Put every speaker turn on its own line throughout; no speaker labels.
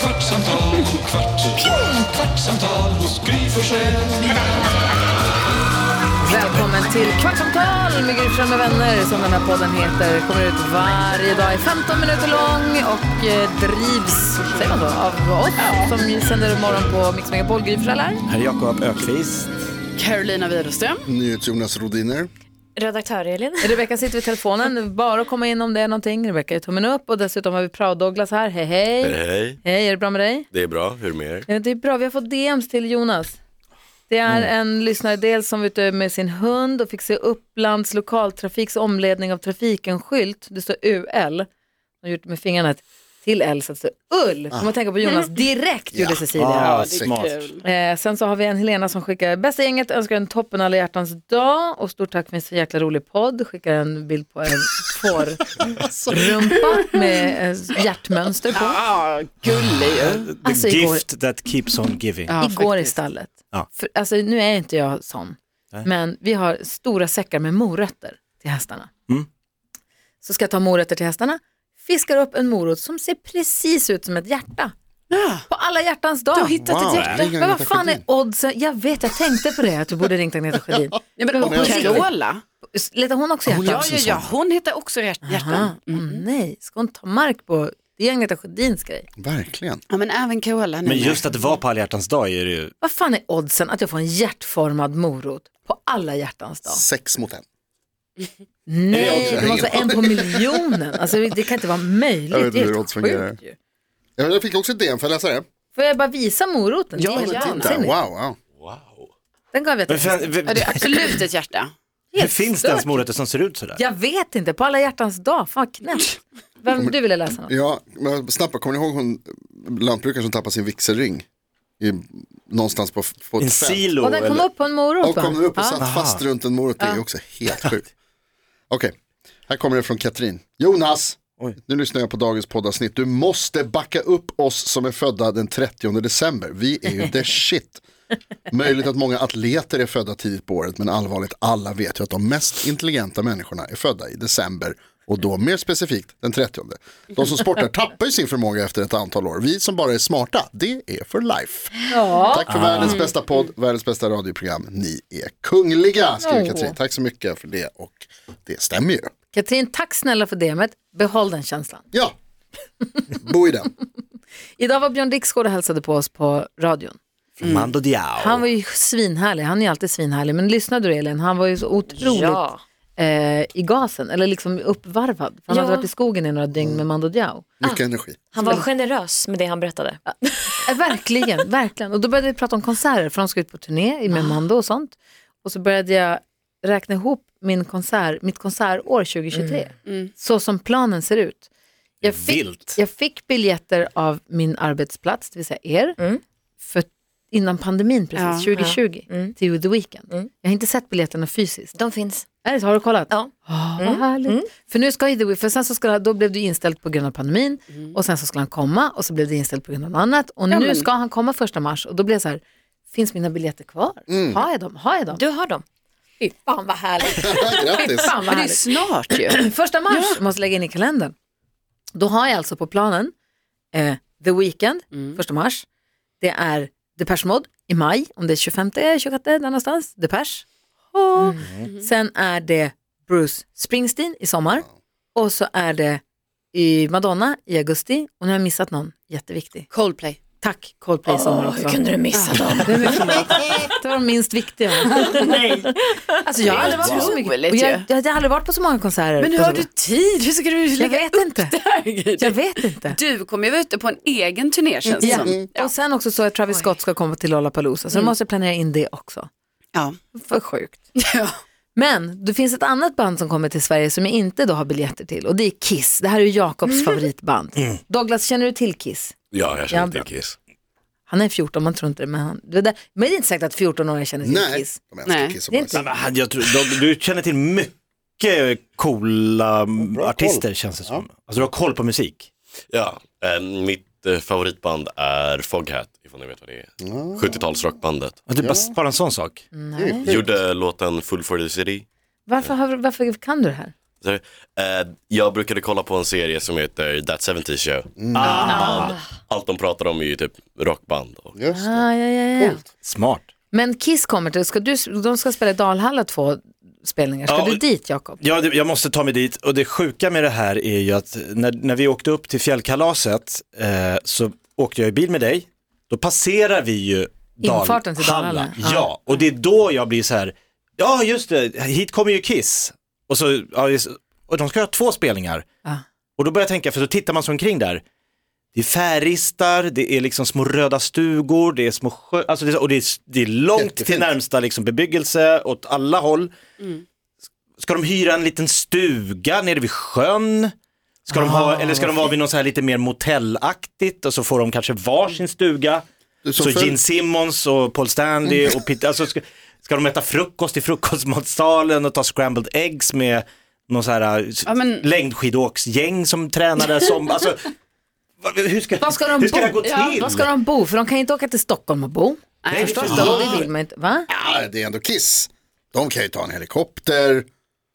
kvartsamtal, kvart, kvartsamtal hos Gry Forssell med
Välkommen till Kvartsamtal med Gry Forssell med vänner som den här podden heter. Kommer ut varje dag, är 15 minuter lång och eh, drivs, säger man så, av oss som ju sänder imorgon på Mix Megapol. Gry Forssell här.
Herr Jakob Ökvist.
Carolina Widerström.
NyhetsJonas Rodiner.
Redaktör Elin.
Rebecka sitter vid telefonen, bara att komma in om det är någonting. Rebecka är tummen upp och dessutom har vi Prao-Douglas här. Hej, hej.
Hej,
Hej, är det bra med dig?
det är bra. Hur är det med er?
Ja, det är bra. Vi har fått DMs till Jonas. Det är
Mm.
en lyssnare dels som var ute med sin hund och fick se Upplands lokaltrafiks omledning av trafiken-skylt. Det står UL. De har gjort med fingrarna ett till L så att det står ULL.
Ah.
Kommer att tänka på Jonas direkt gjorde Cecilia.
Ah,
det är
smart.
kul.
Eh, sen så har vi en Helena som skickar bästa gänget, önskar en toppen alla hjärtans dag och stort tack för en så jäkla rolig podd. Skickar en bild på en fårrumpa med eh, hjärtmönster på.
Ja, Ah, gullig ju.
The
Alltså, igår-
gift that keeps on giving.
Ja,
igår i
faktiskt.
stallet.
Ja.
För, alltså, nu är inte jag sån,
Nej.
men vi har stora säckar med morötter till hästarna.
Mm.
Så ska jag ta morötter till hästarna, fiskar upp en morot som ser precis ut som ett hjärta.
Ja.
På alla hjärtans dag. Du har
hittat ett Wow, hjärta. ring
Men vad
Agneta
fan är
Sjödin.
oddsen? Jag vet, jag tänkte på det, att du borde ringt Agneta Sjödin.
Ja, men och
Hon är
Carola.
Letar hon också hjärtan?
Ja, ja, ja, hon hittar också hjärt-
Aha,
hjärtan.
åh nej, ska hon ta mark på... Det är Agneta Sjödins grej.
Verkligen.
Ja, men även Carola. nu.
Men just att det var på alla hjärtans dag är det ju,
Vad fan är oddsen att jag får en hjärtformad morot på alla hjärtans dag?
Sex mot en.
Nej,
oddsen?
det måste vara en på miljonen. Alltså, det kan inte vara möjligt.
Jag vet inte
Det är
hur
helt
odds fungerar.
sjukt ju.
Ja, Jag fick också ett DM, för jag läsa det?
Får jag bara visa moroten?
Ja,
Det är
men
helt
titta.
Där,
vansinnigt.
wow, wow.
Den gav jag till
men fan,
Christer.
Ja, det
hur
är absolut ett hjärta.
Helt
finns det
stört.
ens morötter som ser ut sådär?
Jag vet inte, på alla hjärtans dag. Fan vad knäppt. Vem du ville läsa något?
Ja, men snabbt, kommer ni ihåg hon lantbrukaren som tappade sin vigselring? I, någonstans på, på
En
ett fält.
silo
Och den kom
eller?
upp på en morot
Och kom den upp och satt
ja.
fast runt en morot. Det är ju också helt sjukt. Okej, här kommer det från Katrin. Jonas,
Oj.
nu lyssnar jag på dagens poddavsnitt. Du måste backa upp oss som är födda den 30 december. Vi är ju the shit. Möjligt att många atleter är födda tidigt på året, men allvarligt, alla vet ju att de mest intelligenta människorna är födda i december. Och då mer specifikt den 30. De som sportar tappar ju sin förmåga efter ett antal år. Vi som bara är smarta, det är för life. Tack för världens bästa podd, världens bästa radioprogram. Ni är kungliga, skriver
Åh.
Katrin. Tack så mycket för det och det stämmer ju.
Katrin, tack snälla för DMet. Behåll den känslan.
Ja, bo i den.
Idag var Björn Dixgård och hälsade på oss på radion.
Mando Diao.
Mm. Han var ju svinhärlig, han är ju alltid svinhärlig. Men lyssnade du Elin, han var ju så otroligt
Ja.
eh, i gasen, eller liksom uppvarvad. För Han
Ja.
hade varit i skogen i några dygn med Mando Diao.
Mycket energi.
Han var generös med det han berättade.
Ja, Eh, verkligen, verkligen. Och då började vi prata om konserter, för de ska ut på turné med Mando och sånt. Och så började jag räkna ihop min konsert, mitt konsertår 2023,
Mm,
så som planen ser ut. Jag
Vilt.
fick, jag fick biljetter av min arbetsplats, det vill säga er,
Mm.
för innan pandemin precis,
Ja.
2020, till The Weeknd. Jag har inte sett biljetterna fysiskt.
Mm. De finns.
Är det så? Har du kollat?
Ja.
Åh, vad härligt. För nu ska ju The Weeknd, för sen så ska, då blev det ju inställt på grund av pandemin
Mm.
och sen så skulle han komma och så blev det inställt på grund av något annat och nu
men-
ska han komma första mars och då blev jag så här, finns mina biljetter kvar? Har jag dem? Har jag dem?
Mm. Du har dem. Fy fan vad härligt.
Grattis.
Fan vad
Men det är
härligt.
snart ju.
Första mars måste lägga in i kalendern. Då har jag alltså på planen eh, The Weeknd,
Mm.
första mars. Det är Depeche Mode i maj, om det är 25, 26 där någonstans. Depeche. Oh. Sen är det Bruce Springsteen i sommar. Och så är det i Madonna i augusti. Och nu har jag missat någon jätteviktig.
Coldplay.
Tack Coldplay i sommar också.
du missa dem?
Det är mycket förlåt. Det var de minst viktiga. Alltså jag har aldrig varit på så mycket.
Otroligt
Och jag,
ju.
jag har aldrig varit på så många konserter.
Men hur
på
har
så-
du tid? Hur ska du
jag
lägga
vet inte.
upp
Jag
det?
vet inte.
Du kommer ju vara ute på en egen turné känns det
Ja.
som.
Och sen också så att Travis Scott ska komma till Lollapalooza, så då måste jag planera in det också.
Ja.
För sjukt.
Ja.
Men det finns ett annat band som kommer till Sverige som jag Mm.
Mm.
inte då har biljetter till och det är Kiss. Det här är ju Jakobs favoritband. Douglas, känner du till Kiss?
Ja, jag
Ja,
känner
bra.
till Kiss.
Han är 14, man tror inte det. Men, han, det där, men det är inte säkert att 14-åringar känner till
Nej,
Kiss.
de älskar
Nej,
Kiss och
det är
Boys.
inte-
Men jag tror, de, du känner till mycket coola mm,
Bra koll.
artister känns det som. Alltså du har koll på musik.
Ja, eh, mitt eh, favoritband är Foghat, ifall ni vet vad det är. 70-talsrockbandet.
Att du bara, bara en sån sak.
Nej.
Gjorde låten Full for the City.
Varför, har, varför kan du det här?
Så, eh, jag brukade kolla på en serie som heter That 70 Show. Allt- Allt de pratar om är ju typ rockband. Och,
Just det.
Ah, ja, ja, ja.
Smart.
Men Kiss kommer till, ska du, de ska spela i Dalhalla två spelningar. Ska
Ja,
du
och-
dit Jakob?
Ja, det, jag måste ta mig dit och det sjuka med det här är ju att när, när vi åkte upp till fjällkalaset eh, så åkte jag i bil med dig. Då passerar vi ju Dal-
Infarten till Dalarna.
Halland.
Ja.
Ja, och det är då jag blir så här, ja just det, hit kommer ju Kiss. Och, så, ja, just- och de ska ha två spelningar.
Ja.
Och då börjar jag tänka, för så tittar man sig omkring där. Det är färgristar, det är liksom små röda stugor, det är små sjö, alltså det är, och det är, det är långt till
Jättefint.
närmsta liksom bebyggelse åt alla håll. Ska de hyra en liten stuga nere vid sjön? Ska de ha, eller ska de vara vid något så här lite mer motellaktigt och så får de kanske varsin stuga.
Du,
Så,
som följ-
Gene Simmons och Paul Stanley och Peter, alltså ska, ska de äta frukost i frukostmatsalen och ta scrambled eggs med någon så här eh,
Ja, men-
längdskidåksgäng som tränade som, alltså vad- hur ska,
Var ska de
hur ska
bo?
det här gå till?
Ja, var ska de bo? För de kan ju inte åka till Stockholm och bo.
Nej,
Förstås, då, det vill man ju inte. Va?
Ja, det är ändå Kiss. De kan ju ta en helikopter.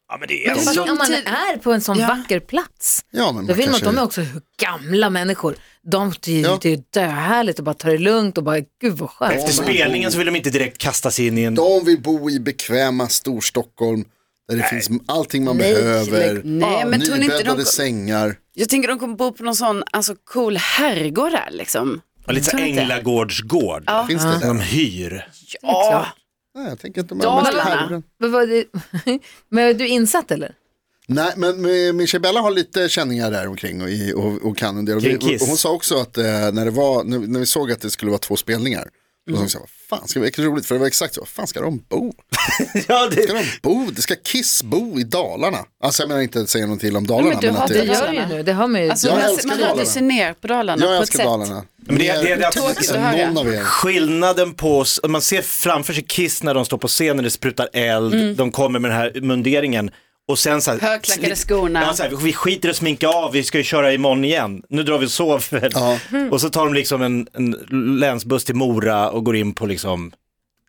Ja, men det är alltså-
Fast
lång
om man
tid.
är på en sån
Ja.
vacker plats.
Ja, men
Då
man
vill man att
kanske...
de är också gamla människor. De det är ju
Ja.
det är ju döhärligt och bara ta det lugnt och bara gud vad skönt.
Efter spelningen så vill de inte direkt kasta sig in i en...
de vill bo i bekväma Storstockholm. Där det finns allting man
Nej,
behöver.
lägg-
Nej, men tror ni inte
Nybäddade
de...
sängar.
Jag tänker de kommer bo på någon sån alltså, cool herrgård där liksom.
Ja, lite så här
Tror ni inte?
Änglagårdsgård.
Finns det
De
där?
hyr.
Ja,
Nej, jag tänker inte.
Dalarna.
Men,
Men, vad det, men är du insatt eller?
Nej, men eh, min tjej Bella har lite känningar där omkring och, i- och, och kan en del. Och, vi,
Kring Kiss.
och hon sa också att eh, när, det var, när, när vi såg att det skulle vara två spelningar. Då sa hon så här, vad fan ska vi, det roligt för det var exakt så, vad fan ska de bo?
ja,
Ska
det...
de bo? Det ska Kiss bo i Dalarna? Alltså jag menar inte att säga någonting om Dalarna.
Men du har
att
Det
Det
gör
gör
ju nu, det har man ju.
alltså,
Jag
man,
älskar
man hade
Dalarna.
sig ner på Dalarna
Jag
på ett
älskar
sätt.
Dalarna.
Men det- det- det-
Tråkigt att höra.
någon av er.
Skillnaden på, man ser framför sig Kiss när de står på scenen, det sprutar eld, de kommer med den här munderingen. Och sen så här,
Mm. Högklackade
sli-
skorna.
Ja, så här, vi skiter i att sminka av, vi ska ju köra imorgon igen. Nu drar vi och sover.
Ja.
Och så tar de liksom en, en länsbuss till Mora och går in på liksom,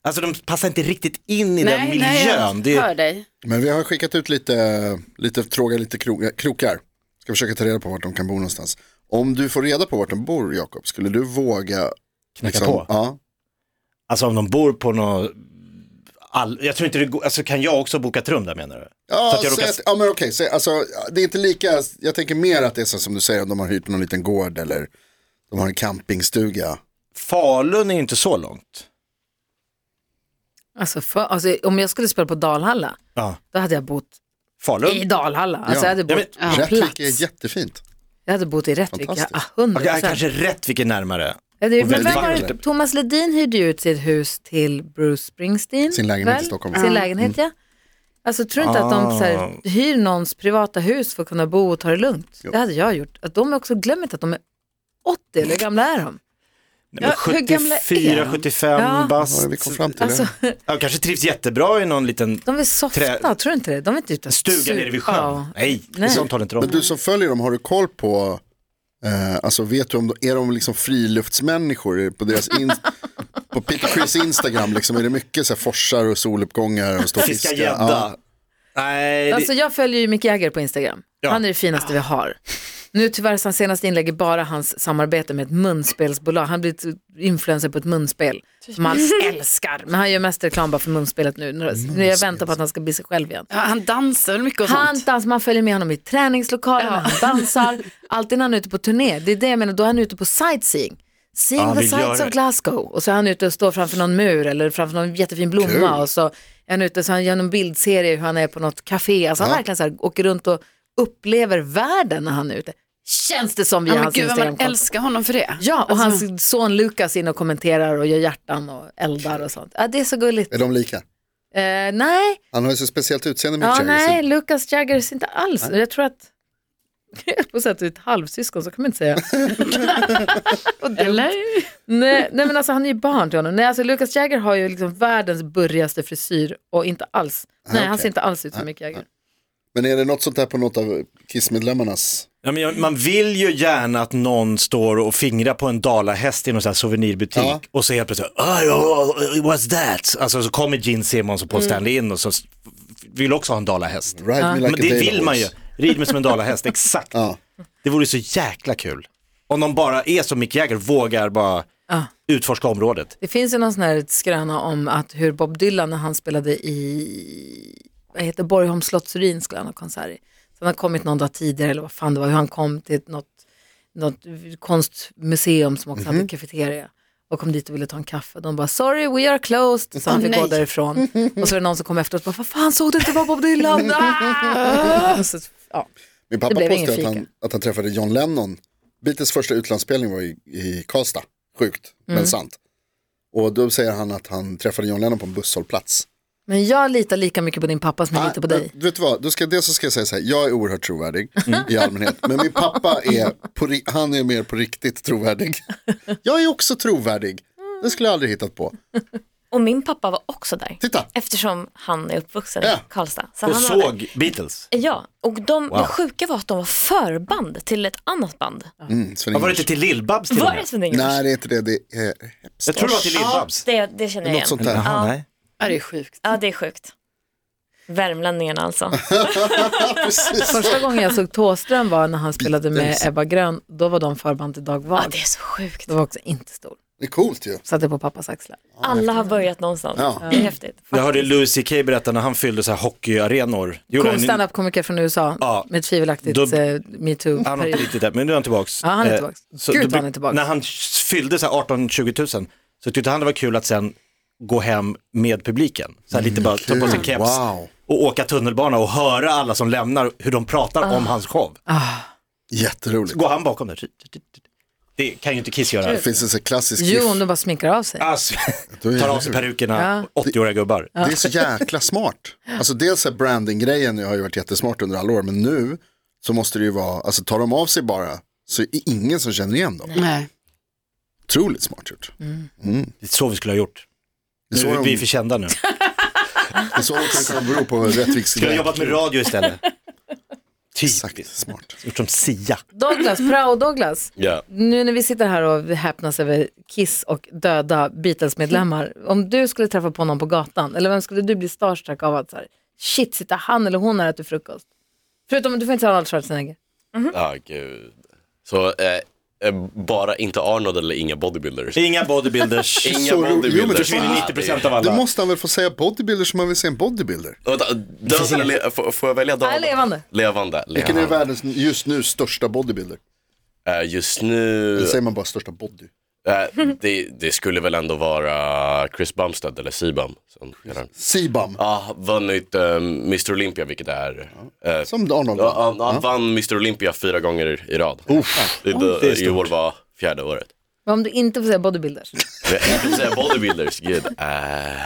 alltså de passar inte riktigt in i den
Nej, nej,
miljön.
jag
det är,
hör dig.
Men vi har skickat ut lite, lite fråga, lite kro- krokar. Ska försöka ta reda på vart de kan bo någonstans. Om du får reda på vart de bor, Jakob, skulle du våga? liksom-
Knacka på?
Ja.
alltså om de bor på något, all, jag tror inte det går, alltså kan jag också boka ett rum där menar du?
Ja,
Så att jag
säg
råkar-
att, ja men okej, säg, alltså, det är inte lika, jag tänker mer att det är så som du säger, om de har hyrt någon liten gård eller de har en campingstuga.
Falun är ju inte så långt.
Alltså, för, alltså, om jag skulle spela på Dalhalla,
Ja.
då hade jag bott
Falun?
i Dalhalla. Alltså,
Ja.
jag, hade
Ja,
bott,
Ja.
Rättvik är
plats.
jättefint.
jag hade bott i Rättvik, ja,
Fantastiskt.
100
Ja, kanske Rättvik är närmare.
Ja, det,
Och
men vem
väldigt
var det?
vackert.
Thomas Ledin hyrde ju ut sitt hus till Bruce Springsteen.
Sin lägenhet i Stockholm.
Sin lägenhet, ja. Alltså tror du inte att
Ah.
de så här, hyr någons privata hus för att kunna bo och ta det lugnt? Det hade jag gjort. Att de är också glömt att de är 80, eller hur gamla är de?
Nej, men
Ja, hur gamla är
74,
de?
75
Ja.
Vad
bast.
har vi kom fram till?
Alltså,
det?
Ja, kanske trivs jättebra i någon liten
de är softna,
Trä-
tror du inte det? De är inte ute och
stuga
supa.
nere vid sjön.
Ja.
Nej,
Nej.
sånt håller inte de.
Men
Du...
du som följer dem, har du koll på, eh, alltså vet du om de, är de liksom friluftsmänniskor på deras, in, på Peter Chris Instagram liksom, är det mycket så här forsar och soluppgångar och stå och
Fiska
fiska?
gädda.
Ja.
Nej, det...
Alltså jag följer ju Mick Jagger på Instagram.
Ja.
Han är det finaste vi har. Nu tyvärr så hans senaste inlägg är bara hans samarbete med ett munspelsbolag. Han blir ett influencer på ett munspel som han älskar. Men han gör mest reklam bara för munspelet nu. nu jag väntar på att han ska bli sig själv igen.
Ja, han dansar väl mycket och
Han
sånt.
dansar, man följer med honom i träningslokalen,
Ja.
han dansar. Alltid när han är ute på turné, det är det jag menar, då är han ute på sightseeing. Seeing
Ja, han
the
vill göra
sights of
det.
Glasgow. Och så är han ute och står framför någon mur eller framför någon jättefin blomma. Och så är han ute, så han gör någon bildserie hur han är på något café. Alltså han verkligen så här, åker runt och upplever världen när han är ute. Känns det som via
Ja, men
hans
gud vad man
Instagramkonto.
älskar honom för det. Alltså,
Ja, och hans son Lukas in och kommenterar och gör hjärtan och eldar och sånt. Ja, det är så gulligt.
Är de lika?
Eh, nej,
Han har ju så speciellt utseende med
ja,
Chaggy,
nej, Lukas Jagger ser inte alls. Jag tror att på sätt och ett halvsyskon, så kan man inte säga.
Eller?
nej, nej men alltså han är ju barn till honom. Nej, alltså Lucas Jagger har ju liksom världens burrigaste frisyr och inte alls, nej han
okej.
ser inte alls ut som Mick Jagger.
Men är det något sånt där på något av Kiss-medlemmarnas?
Ja, men jag, man vill ju gärna att någon står och fingrar på en dalahäst i någon sån här souvenirbutik
Ja.
och så helt plötsligt, "Aj, oh, what's that? Alltså så kommer Gene Simmons och Paul
Mm.
Stanley in och så s- vill också ha en dalahäst.
Ride me like
Men
a
det
Dale
vill man ju,
horse.
rid mig som en dalahäst, exakt.
Ja.
Det vore så jäkla kul. Om de bara är som Mick Jagger, vågar bara
Ja.
utforska området.
Det finns ju någon sån här skröna om att hur Bob Dylan när han spelade i vad heter Borgholms slottsurin skulle han ha konsert i. Så han har kommit någon dag tidigare eller vad fan det var, hur han kom till ett- något, något konstmuseum som också hade kafeteria och kom dit och ville ta en kaffe. De bara sorry we are closed så han fick gå därifrån. Och så är det någon som kom efter och bara vad fan såg du inte det var Bob Dylan? Ah! så, ja.
Min
Det
pappa
blev ingen
påstår att han,
fika.
att han träffade John Lennon. Beatles första utlandsspelning var i, i Karlstad. Sjukt,
Mm.
men sant. Och då säger han att han träffade John Lennon på en busshållplats.
Men jag litar lika mycket på din pappa som jag litar på
Nej,
dig.
Ah, men Vet du vad, då ska, dels så ska jag säga så här, jag är oerhört trovärdig i allmänhet. Men min pappa är, på, ri- han är mer på riktigt trovärdig. Jag är också trovärdig. Det skulle jag aldrig hittat på.
Och min pappa var också där.
Titta.
Eftersom han är uppvuxen
Ja.
i Karlstad. Så
Och
han var där.
såg Beatles.
Mm.
Ja, och de,
Wow.
det sjuka var att de var förband till ett annat band.
Mm, Sven
Ja, var det
Ingvars.
inte till Lill-Babs till och
Var
med?
det Sven-Ingvars?
Nej, det är inte det. Det är hemskt.
Jag tror det var till
Ja,
Lill-Babs.
det, det känner jag
Något
igen.
sånt där.
Jaha,
Ja.
nej.
Ja, det är sjukt.
Ja, det är sjukt. Värmlänningarna alltså.
Precis.
Första gången jag såg Tåström var när han spelade med Ebba Grön, då var de förband till Dag
Ja,
Vag.
det är så sjukt.
Då var jag också inte stor.
Det är coolt ju.
Satt jag på pappas axlar.
Alla har börjat någonstans.
Ja.
Det är häftigt.
Jag hörde Louis CK berätta när han fyllde så här hockeyarenor. Det gjorde
Cool
han-
standup-komiker från USA
Ja.
med tillaktigt
Då-
eh,
Han har inte
metoo-period.
riktigt det, men nu är han tillbaks.
Ja, han är
Eh,
tillbaks.
så
Gud,
då blir-
han är tillbaks.
När han fyllde så här 18-20 000 så tyckte han det var kul att sen gå hem med publiken. Så här lite bara ta på sig
Mm, kul.
keps
Wow.
och åka tunnelbana och höra alla som lämnar hur de pratar
Ah.
om hans show.
Jätteroligt.
Så går han bakom där. Det kan ju inte Kiss göra.
Det finns en sån här klassisk
Jo,
gif.
om de bara sminkar av sig.
Alltså,
Då är
tar av
det-
sig perukerna, 80-åriga gubbar.
Det är så jäkla smart. Alltså dels är branding-grejen har ju varit jättesmart under alla år, men nu så måste det ju vara, alltså tar de av sig bara så är det ingen som känner igen dem.
Nej.
Otroligt smart gjort.
Det är så vi skulle ha gjort.
Det är så
Nu är vi
de,
för kända nu.
det är så de kan kunna bero på Rättviks
Skulle ha jobbat med radio istället.
Exakt,
Typiskt.
smart.
Gjort som Sia.
Douglas, prao Douglas.
Ja.
Nu när vi sitter här och häpnas över Kiss och döda Beatles-medlemmar. Om du skulle träffa på någon på gatan, eller vem skulle du bli starstruck av att så här, shit, sitter han eller hon här och äter frukost? Förutom att du får inte säga Arnold Schwarzenegger.
Ja, gud. Så eh, eh, bara inte Arnold eller inga bodybuilders.
Inga bodybuilders.
Inga
Så ro- jo, men det
bodybuilders.
försvinner
Ah,
90%
det-
av alla.
Då måste han väl få säga bodybuilder som man vill se en bodybuilder.
Vänta, död eller le- får- Får jag välja död?
Nej, levande.
Levande.
Vilken är
levande.
världens just nu största bodybuilder?
Eh, Just nu,
Eller säger man bara största body?
eh, det, det skulle väl ändå vara Chris Bumstead eller Sibam. som heter han.
Sibam,
Ja, vunnit eh, Mr Olympia vilket är... eh,
som Arnold.
Ja, han,
Ja.
han vann Mr Olympia fyra gånger i rad. I,
det är
I år
stort.
var fjärde året.
Vad om du inte får säga bodybuilders?
Jag kan inte säga bodybuilders, gud. eh.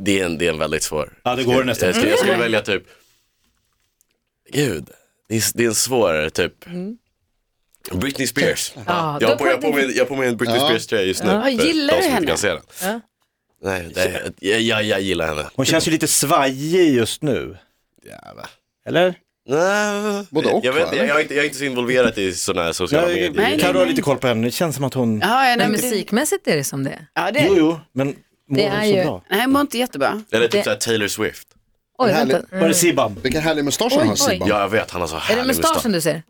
det, är en, det är en väldigt svår.
Ja, det går nästan.
Jag skulle, jag skulle välja typ, gud, det är, det är en svår typ. Britney Spears.
Ja,
jag,
då
har på, jag, har på
pratar vi-
mig, jag har på mig en Britney Spears tröja just nu.
Ja,
för
gillar
de
du
som inte
henne?
Kan se den.
Ja.
Nej, det, jag, jag, jag gillar henne.
Hon känns ju lite svajig just nu. Eller?
Nej,
Både och,
jag, vet,
va?
jag, jag, är inte, jag är inte så involverad i sådana här sociala medier.
nej,
Carro har lite koll på henne. Det känns som att hon...
Ja, ja, nej,
Men
men det,
musikmässigt är det som det är.
ja, det,
Jo, jo, men mår
Det
hon
är
så
ju-
bra?
nej, jag mår inte jättebra.
Eller typ
Det-
såhär Taylor Swift.
Oj,
Härligt.
vänta.
Var det Sibam?
Vilken härlig mustasch han har
oj.
Sibam.
Ja, jag vet, han har så
Är det
härlig mustasch.
mustaschen du ser?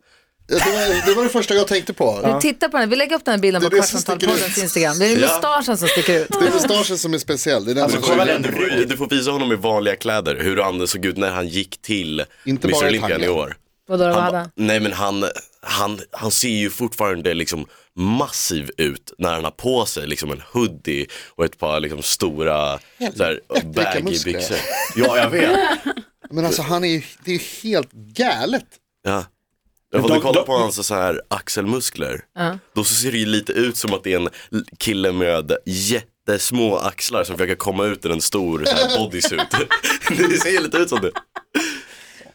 Det, var, det var det första jag tänkte på.
Du tittar på den. Vi lägger upp den här bilden
Det är
på
det som sticker
Kvartsamtalpoddens
ut.
Instagram. Det är
Ja.
mustaschen som sticker ut.
Det är mustaschen som är speciell. Det är den
Alltså,
som
kolla den.
Du får, du får visa honom i vanliga kläder hur han såg ut när han gick till
Inte bara
Mr
i
Olympian i
taggen.
år.
Vadå, vad
Han,
hade
ba-
han?
nej men han, han, han ser ju fortfarande liksom massiv ut när han har på sig liksom en hoodie och ett par liksom stora såhär, baggy
muskler.
byxor. Ja jag vet.
Men alltså han är ju, det är ju helt galet.
Ja. Jag
de-
får kolla
de-
på hans så här axelmuskler. Då så ser det ju lite ut som att det är en l- kille med jättesmå axlar som försöker komma ut ur en stor så här bodysuit. det ser ju lite ut som det.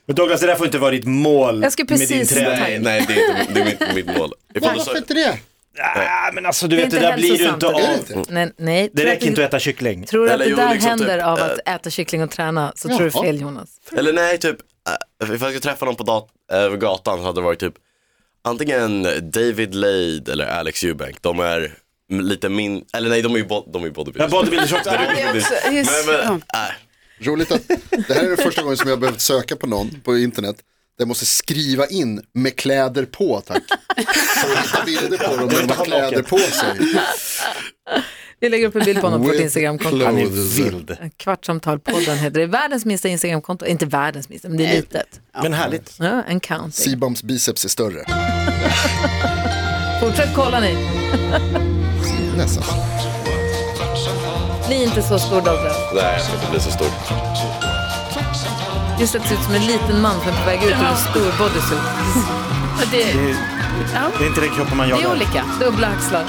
Men Douglas, det där får inte vara ditt mål
Jag skulle
med din
precis-
träning.
Nej, nej det är inte det är inte mitt mål. Ifall du sa-
Varför inte det?
Ah, men alltså du
Det är
vet, det
inte
där blir du
hälsosamt
inte
att
Är
av.
det
Mm.
inte?
Nej, nej.
Det
Tror
räcker inte att äta kyckling.
Tror du att
Eller
det
jo,
där
liksom
händer
typ,
av att äta kyckling och träna så tror du
Jaha.
fel Jonas.
Eller nej, typ eh, ifall jag ska träffa någon på dat- över gatan så hade det varit typ antingen David Lade eller Alex Eubank. De är m- lite min, eller nej de är ju bo- de är ju
Ja,
bodybuilders.
bodybuilders också.
Men det
Ah,
blir-
också- his-
men, men,
ja.
äh,
Roligt att det här är den första gången som jag behövt söka på någon på internet. Där jag måste skriva in med kläder på tack. Så jag hittar bilder på dem med de har kläder på sig.
Vi lägger upp en bild på honom på ett
With
Instagramkonto.
clothes.
Han är vild.
Kvartsamtalpodden heter det. Världens minsta Instagramkonto, inte världens minsta, men det är litet.
Men härligt.
Ja, en counting.
Sibams biceps är större.
Fortsätt kolla ni.
Nästan.
Bli inte så stor Douglas.
nej, jag ska inte bli så stor.
Just att se ut som en liten man som är på väg ut ur en stor bodysuit.
Det
Det,
är, det är inte den kroppen man
det är
jagar.
olika, dubbla axlar.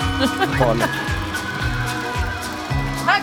Tack